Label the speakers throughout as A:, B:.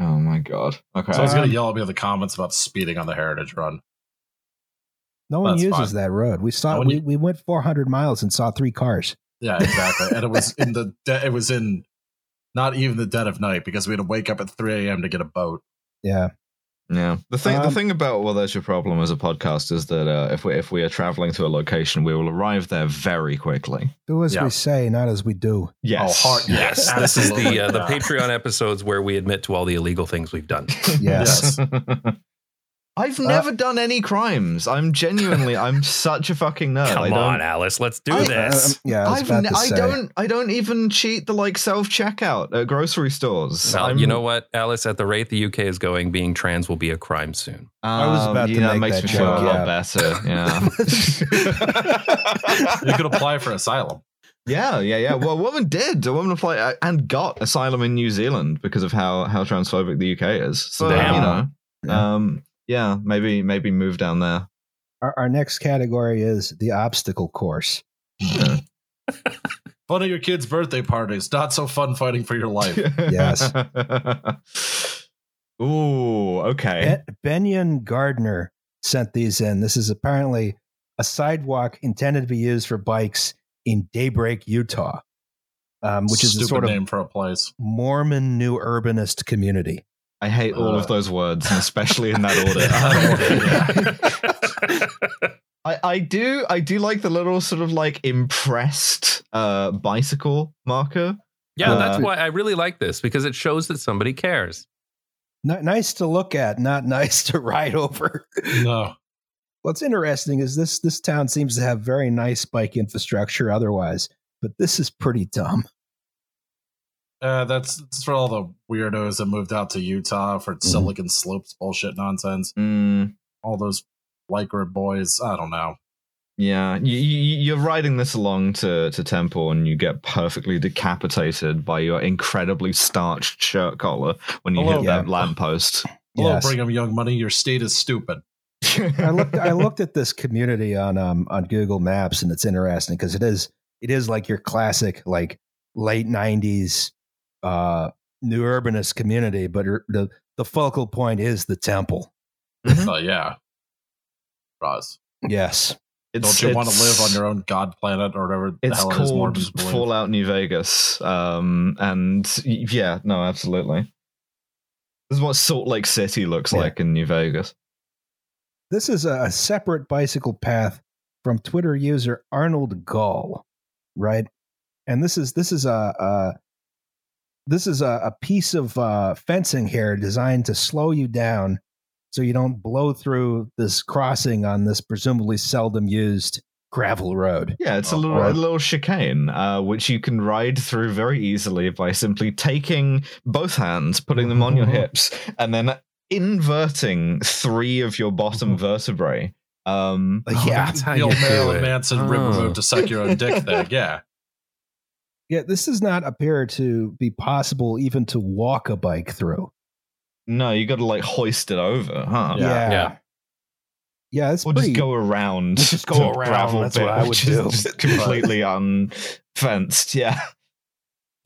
A: Oh
B: my god. Okay.
C: So he's gonna
A: Um,
C: yell at me in the comments about speeding on the Heritage Run.
A: No one
C: That's
A: uses
C: fine.
A: that road. We saw
C: No one
A: we,
C: u-
A: we went 400 miles and saw three cars.
C: Yeah, exactly. and it was in the de- it was in not even the dead of night because we had to wake up at 3 a.m. to get a boat.
A: Yeah,
B: yeah. The thing the
A: Um,
B: thing about well, there's your problem as a podcast is that uh, if we if we are traveling to a location, we will arrive there very quickly.
A: do as
C: Yeah.
A: we say, not as we do.
B: Yes.
C: Oh, hard. Yes,
D: Yes, this is the uh, the
C: absolutely.
D: Patreon episodes where we admit to all the illegal things we've done.
A: Yes. Uh,
B: I've never done any crimes. I'm genuinely, I'm such a fucking nerd. I
D: Come
B: don't,
D: on, Alice, let's do
B: I-
D: this.
A: Um, yeah, I was
B: I've
A: about
B: ne-
A: to
B: I
A: say.
B: don't I don't even cheat the like self checkout at grocery stores.
D: Well,
B: I'm-
D: you know what, Alice? At the rate the UK is going, being trans will be a crime soon.
B: Um,
A: I was about
B: yeah,
A: to
B: that
A: make
B: makes
A: that
B: me feel a
A: joke,
B: lot
A: yeah.
B: better. Yeah.
C: You could apply for asylum.
B: yeah, yeah, yeah. Well, a woman did. A woman applied uh, and got asylum in New Zealand because of how how transphobic the UK is. So
D: Damn.
B: you know,
A: Yeah.
B: um, yeah, maybe maybe move down there.
A: Our, our next category is the obstacle course.
C: Fun at your kids' birthday parties. Not so fun fighting for your life.
A: Yes.
B: Ooh, okay.
A: Ben, Benyon Gardner sent these in. This is apparently a sidewalk intended to be used for bikes in Daybreak, Utah, um, which is a
C: Stupid
A: sort of
C: name for a place.
A: Mormon new urbanist community.
B: I hate all
C: Uh,
B: of those words, and especially in that order. Um, I, I do I do like the little sort of like impressed uh bicycle marker.
D: yeah, that's
B: Uh,
D: why I really like this because it shows that somebody cares.
A: Ni- nice to look at, not nice to ride over.
C: No.
A: What's interesting is this this town seems to have very nice bike infrastructure otherwise, but this is pretty dumb.
C: Uh, that's, that's for all the weirdos that moved out to Utah
A: Mm-hmm.
C: for Silicon Slopes bullshit nonsense.
B: Mm,
C: All those lycra boys. I don't know.
B: yeah, you, you, you're riding this along to to Temple, and you get perfectly decapitated by your incredibly starched shirt collar when you
C: Hello,
B: hit that
A: yeah.
B: lamppost.
C: Hello,
A: Yes.
C: Brigham Young Money. Your state is stupid.
A: I looked I looked at this community on um on Google Maps and it's interesting because it is it is like your classic like late nineties uh new urbanist community, but er- the the focal point is the temple.
C: Oh yeah, Roz.
A: Yes.
C: Don't you want to live on your own god planet or whatever the
B: It's
C: hell it is
B: called
C: Mormons believe?
B: Fallout New Vegas, um, and y- yeah, no, absolutely. This is what Salt Lake City looks
A: Yeah.
B: like in New Vegas.
A: This is a, a separate bicycle path from Twitter user Arnold Gall, right? And this is this is a, a this is a, a piece of uh, fencing here designed to slow you down so you don't blow through this crossing on this presumably seldom used gravel road.
B: Yeah, it's a
C: Oh,
B: little
A: alright.
B: a little chicane, uh, which you can ride through very easily by simply taking both hands, putting them on your hips, and then inverting three of your bottom vertebrae. Um,
A: Like, yeah,
D: Oh, that's how
C: the
D: you
C: old
D: do
C: Marilyn
D: it.
C: Manson
D: Oh.
C: rib removed to suck your own dick thing. Yeah,
A: yeah. This does not appear to be possible even to walk a bike through.
B: no, you got to like hoist it over, huh?
C: Yeah.
A: yeah,
D: Yeah.
A: Yeah, it's
B: Or
A: pretty,
B: just go around.
A: Just go
B: the
A: around,
B: gravel
A: that's
B: bit,
A: what I would
B: which is
A: do.
B: just completely unfenced. Yeah.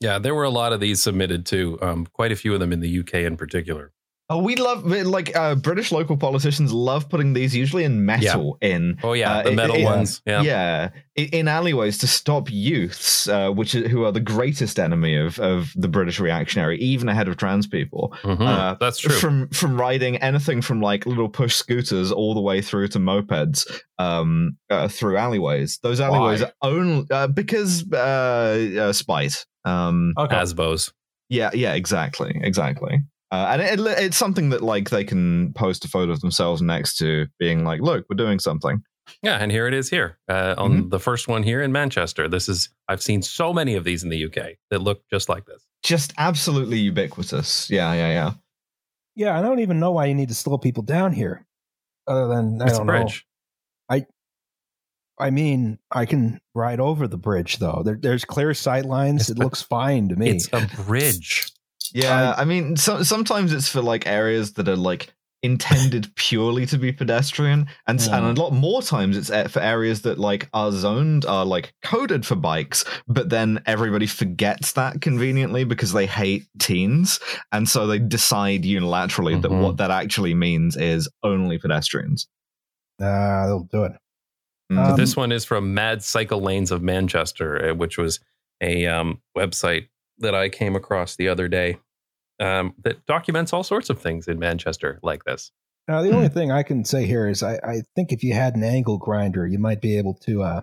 D: Yeah, there were a lot of these submitted too. Um, quite a few of them in the UK in particular.
B: Oh, we love like uh, British local politicians love putting these usually in metal in
D: Oh yeah,
B: Uh,
D: the
B: it-
D: metal
B: it-
D: ones. Yeah.
B: yeah, i- in alleyways to stop youths, uh, which is, who are the greatest enemy of, of the British reactionary, even ahead of trans people,
D: Mhm,
B: Uh,
D: that's true.
B: from from riding anything from like little push scooters all the way through to mopeds um, uh, through alleyways. Those alleyways
C: Why?
B: are only uh, because uh, uh, spite.
D: Oh.
B: Um,
C: okay.
D: Asbos.
B: yeah, yeah, exactly, exactly. Uh, and it, it, it's something that like they can post a photo of themselves next to being like, look, we're doing something.
D: Yeah, and here it is here uh, on
A: Mm-hmm.
D: the first one here in Manchester. This is I've seen so many of these in the UK that look just like this.
B: Just absolutely ubiquitous. Yeah, yeah, yeah.
A: Yeah, I don't even know why you need to slow people down here. Other than I
D: It's a
A: don't
D: bridge.
A: know. I mean, I can ride over the bridge though. There, there's clear sight
D: Yes,
A: lines. It
D: but
A: looks fine to me.
D: It's a bridge.
B: Yeah, I mean, so, sometimes it's for like areas that are like intended purely to be pedestrian and, s- and a lot more times it's a- for areas that like are zoned are like coded for bikes but then everybody forgets that conveniently because they hate teens and so they decide unilaterally that
D: Mhm.
A: Mm-hmm.
B: what that actually means is only pedestrians
A: Ah, they'll do it.
B: Mm.
A: Um,
D: this one is from Mad Cycle Lanes of Manchester, uh, which was a um, website that I came across the other day um, that documents all sorts of things in Manchester like this.
A: Now,
B: Hmm.
A: the only thing I can say here is I, I think if you had an angle grinder, you might be able to uh,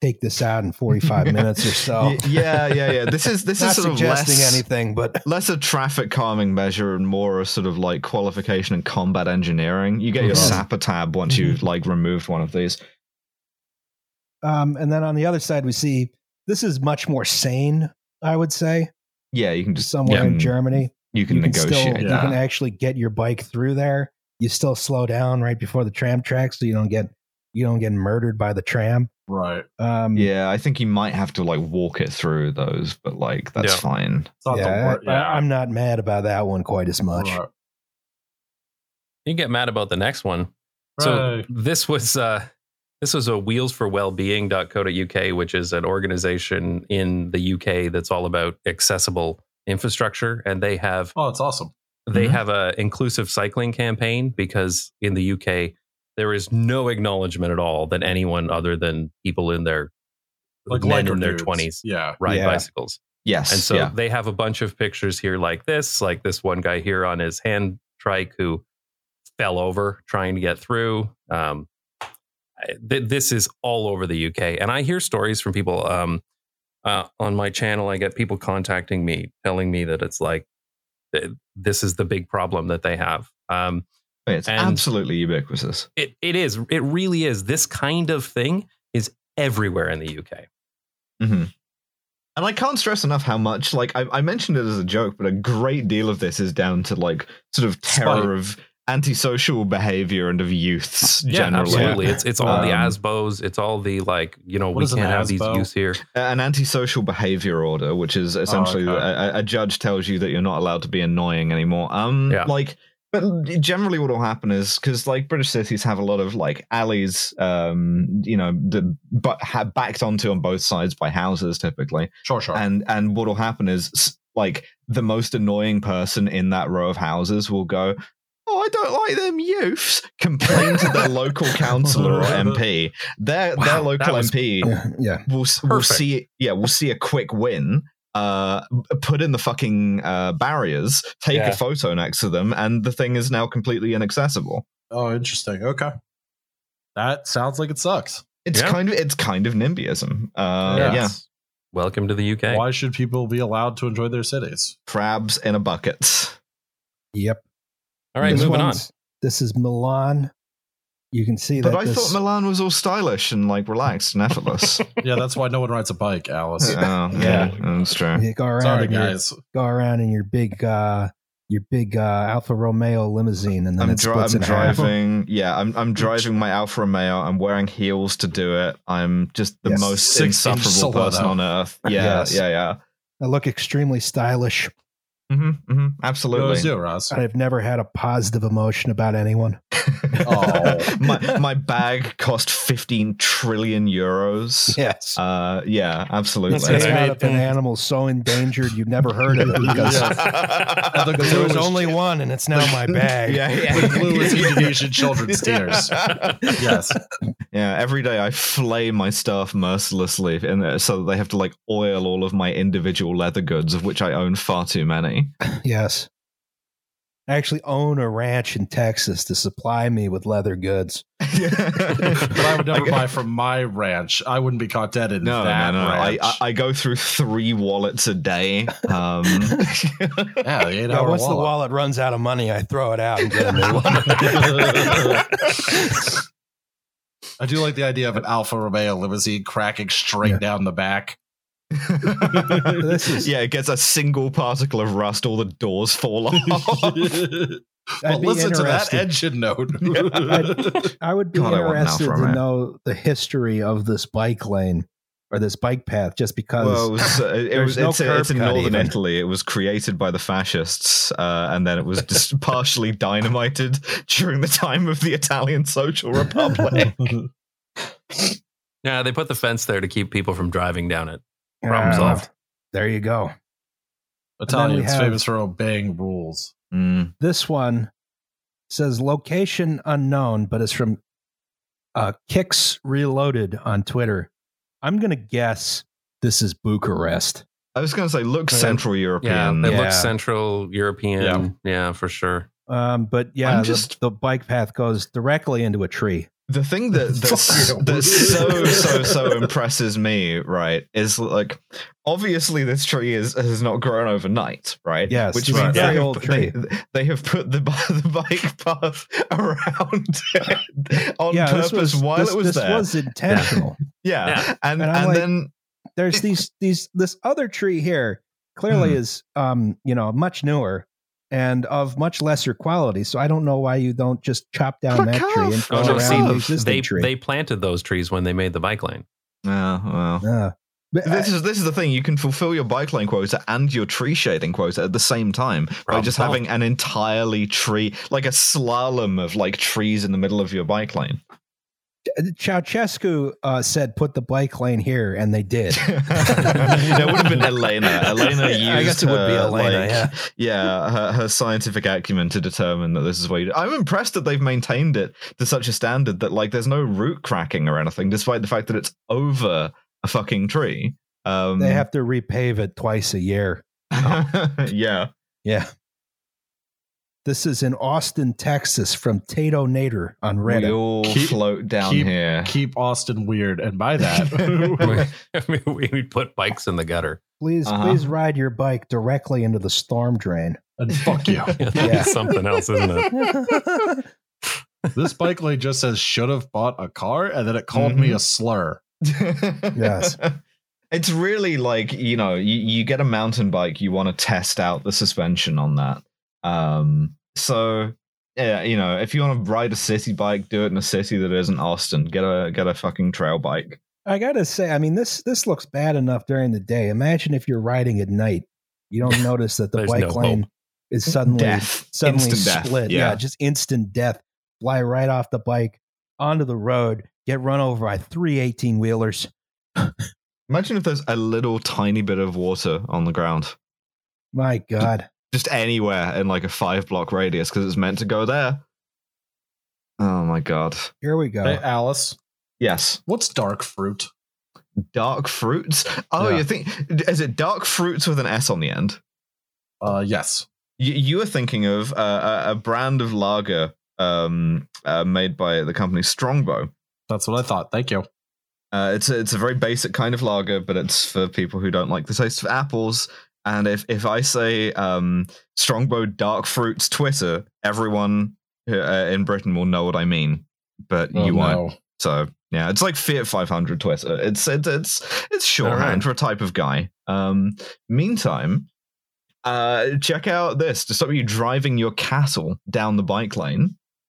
A: take this out in 45 minutes or so.
B: Y- yeah yeah yeah this is this
A: Not
B: is sort of
A: suggesting
B: less
A: anything, but
B: less a traffic calming measure and more a sort of like qualification and combat engineering. You get your
D: Mhm.
B: sapper tab once
A: Mm-hmm.
B: you've like removed one of these.
A: um, and then on the other side, we see this is much more sane. I would say
B: Yeah, you can just
A: somewhere
B: yeah.
A: in Germany,
B: you can, negotiate.
A: Still,
C: yeah.
A: You can actually get your bike through there. You still slow down right before the tram tracks, so you don't get you don't get murdered by the tram.
C: right.
A: Um,
B: yeah, I think you might have to like walk it through those, but like that's
D: Yeah.
B: fine.
C: It's not
A: yeah,
C: the wor-
A: I,
C: yeah.
A: am not mad about that one quite as much.
C: Right.
D: You get mad about the next one. So
C: Right.
D: this was uh, this was a Wheels for Wellbeing.co.uk, which is an organization in the UK that's all about accessible infrastructure, and they have
C: oh, it's awesome.
D: they
B: Mhm.
D: have a inclusive cycling campaign because in the UK there is no acknowledgement at all that anyone other than people in their
C: Like
D: men
C: Lycra
D: in their
C: dudes.
D: twenties
C: Yeah.
D: ride
A: Yeah.
D: bicycles.
B: Yes.
D: And so
B: yeah.
D: they have a bunch of pictures here like this, like this one guy here on his hand trike who fell over trying to get through. Um, I- th- this is all over the UK. And I hear stories from people um, uh, on my channel. I get people contacting me telling me that it's like, th- this is the big problem that they have. Um,
B: it's
D: and-
B: absolutely ubiquitous.
D: it, it is. It really is. This kind of thing is everywhere in the UK.
B: hmm And I can't stress enough how much, like, I, I mentioned it as a joke, but a great deal of this is down to, like, sort of terror
C: Spite.
B: of antisocial behavior and of youths
D: Yeah,
B: generally.
D: absolutely. It's it's all the
B: Um,
D: ASBOs. It's all the like you know
C: What
D: we
C: is an
D: can't have these
C: ASBO?
D: youths here.
B: an antisocial behavior order, which is
D: Oh,
B: essentially
C: okay.
B: a, a- a judge tells you that you're not allowed to be annoying anymore. Um,
D: Yeah.
B: like, but generally, what will happen is because like British cities have a lot of like alleys, um, you know, the but ha- backed onto on both sides by houses typically,
C: Sure, sure.
B: and and what will happen is s- like the most annoying person in that row of houses will go. Oh, I don't like them youths. Complain to their local councillor or MP. Their their
D: Wow, that
B: local
D: was
B: MP
A: yeah.
B: we'll, s- we'll
D: Perfect.
B: see yeah we'll see a quick win uh put in the fucking uh barriers take
D: Yeah.
B: a photo next to them and the thing is now completely inaccessible
C: oh, interesting. Okay. That sounds like it sucks.
B: it's
D: Yeah.
B: kind of it's kind of nimbyism uh yeah
D: It's- Welcome to the UK.
C: Why should people be allowed to enjoy their cities?
B: crabs in a bucket
A: Yep.
D: All right,
A: This
D: moving on.
A: one's- This is Milan. You can see
B: but
A: that.
B: i
A: this,
B: thought milan was all stylish and like relaxed and effortless
C: Yeah, that's why no one rides a bike, Alice.
B: oh, yeah,
A: Yeah.
B: that's true
A: you go around
C: Sorry,
A: in your-
C: guys.
A: go around in your big uh, your big uh, Alfa Romeo limousine, and then
B: I'm,
A: it
B: dri-
A: splits
B: I'm
A: in half.
B: driving. Yeah, I'm I'm driving my Alfa Romeo. I'm wearing heels to do it. I'm just the
A: Yes.
B: most
C: Six-inch
B: insufferable
C: stiletto.
B: person on earth. Yeah,
A: Yes.
B: yeah, yeah.
A: I look extremely stylish.
B: hmm hmm
C: You
B: absolutely.
C: always do, Ross.
A: I've never had a positive emotion about anyone.
C: Oh.
B: my my bag cost 15 trillion euros.
A: Yes.
B: Uh, yeah, absolutely.
D: That's
A: It's
D: I
A: not
D: made-
A: of an animal so endangered you've never heard of it because
C: Yeah. The
A: because there was
C: glue is-
A: only one and it's now my bag.
B: Yeah, yeah.
C: The glue is Indonesian children's tears. Yes.
B: Yeah, every day I flay my staff mercilessly, and uh, so that they have to like oil all of my individual leather goods, of which I own far too many.
A: Yes. I actually own a ranch in Texas to supply me with leather goods.
C: But I would never
B: go-
C: buy from my ranch. I wouldn't be caught dead in
B: No, no,
C: that
B: no. I,
C: ranch.
B: I, I go through three wallets a day. Um,
C: yeah, the eight
A: Now,
C: hour
A: once the
C: wallet.
A: wallet runs out of money, I throw it out and get a new one.
C: I do like the idea of an Alfa Romeo limousine cracking straight
A: Yeah.
C: down the back.
A: This is-
B: yeah, it gets a single particle of rust, all the doors fall off.
C: but
A: be
C: listen to that
A: interested.
C: engine note.
A: I would be
B: God, I want an Alfa
A: interested to
B: Romeo.
A: know the history of this bike lane or this bike path just because
B: Well, it was, uh, it
A: There's
B: was
A: no
B: it's, it's
A: curb
B: in
A: cut
B: northern
A: even.
B: Italy. It was created by the fascists, uh, and then it was just partially dynamited during the time of the Italian Social Republic.
D: Yeah, they put the fence there to keep people from driving down it. Problem
A: Uh,
D: solved.
A: There you go.
C: Italians
A: have-
C: famous for obeying rules.
B: Mm.
A: This one says location unknown, but it's from uh, Kicks Reloaded on Twitter. I'm gonna guess this is Bucharest.
B: I was going to say, look
D: Yeah.
B: Central
D: Yeah,
B: European.
D: it
A: uh, Yeah.
D: looks Central European. Yeah.
C: Yeah.
D: for sure.
A: Um, but yeah,
B: I'm
A: the-
B: just-
A: the bike path goes directly into a tree.
B: The thing that that's,
C: Fuck you.
B: that so so so impresses me, right, is like obviously this tree is has not grown overnight, right?
A: Yes,
B: which
A: it's
B: means
A: a
B: they
A: very
B: have,
A: old
B: they, they have put the, bi- the bike path around it on
A: yeah,
B: purpose
A: this was,
B: while
A: this,
B: it was
A: this
B: there.
A: was intentional.
B: yeah.
D: Yeah.
B: and
A: And
B: and,
A: I'm like-
B: then
A: There's these these this other tree here clearly
B: Hmm.
A: is um you know much newer and of much lesser quality. So I don't know why you don't just chop down
B: Pluck
A: that tree and
B: off,
A: go
B: Oh, pluck
D: no,
A: around
B: off.
A: the
D: see,
A: existing
D: they
A: tree.
D: they planted those trees when they made the bike lane.
B: yeah, well.
A: Uh, but
B: This is this is the thing. You can fulfill your bike lane quota and your tree shading quota at the same time by
D: Problem
B: just
D: solved.
B: having an entirely tree, like a slalom of like trees in the middle of your bike lane.
A: Ceausescu uh, said, "Put the bike lane here," and they did.
B: it would have been Elena. Elena used
A: I guess it would be
B: her,
A: Elena.
B: like,
A: yeah,
B: yeah, her, her scientific acumen to determine that this is what you do. I'm impressed that they've maintained it to such a standard that like there's no root cracking or anything, despite the fact that it's over a fucking tree. Um,
A: they have to repave it twice a year.
B: yeah.
A: Yeah. This is in Austin, Texas, from Tato Nader on Reddit.
B: We all
C: Keep-
B: float down
C: keep-
B: here.
C: Keep Austin weird, and by that,
D: I mean, we put bikes in the gutter.
A: Please,
B: Uh-huh.
A: please ride your bike directly into the storm drain.
C: and fuck you.
A: Yeah.
D: something else, isn't it?
C: This bike lane just says should have bought a car, and then it called me
B: Mhm.
C: a slur.
A: Yes.
B: It's really like, you know, you, you get a mountain bike, you want to test out the suspension on that. Um, so yeah, you know, if you want to ride a city bike, do it in a city that isn't Austin. Get a get a fucking trail bike.
A: I gotta say, I mean this this looks bad enough during the day. Imagine if you're riding at night, you don't notice that the
D: There's
A: bike
D: no
A: lane is suddenly
B: Death.
A: suddenly
B: Instant death.
A: split. Yeah.
B: Yeah.
A: just instant death. Fly right off the bike onto the road, get run over by three 18 wheelers.
B: Imagine if there's a little tiny bit of water on the ground.
A: My God,
B: Just anywhere in like a five block radius, because it's meant to go there. Oh my god.
A: here we go.
C: Hey, Alice,
B: Yes.
C: Uh, what's dark fruit?
B: dark fruits. Oh,
C: Yeah.
B: you think is it dark fruits with an S on the end?
C: Uh, yes.
B: You, you were thinking of uh, a, a brand of lager um, uh, made by the company Strongbow.
C: That's what I thought. Thank you.
B: Uh, it's a, it's a very basic kind of lager, but it's for people who don't like the taste of apples. And if if I say um, Strongbow dark fruits Twitter, everyone uh, in Britain will know what I mean. But
C: Oh,
B: you won't.
C: no.
B: So yeah, it's like Fiat 500 Twitter. It's it's it's, it's shorthand
D: Alright.
B: for a type of guy. Um, meantime, uh, check out this to stop you driving your cattle down the bike lane.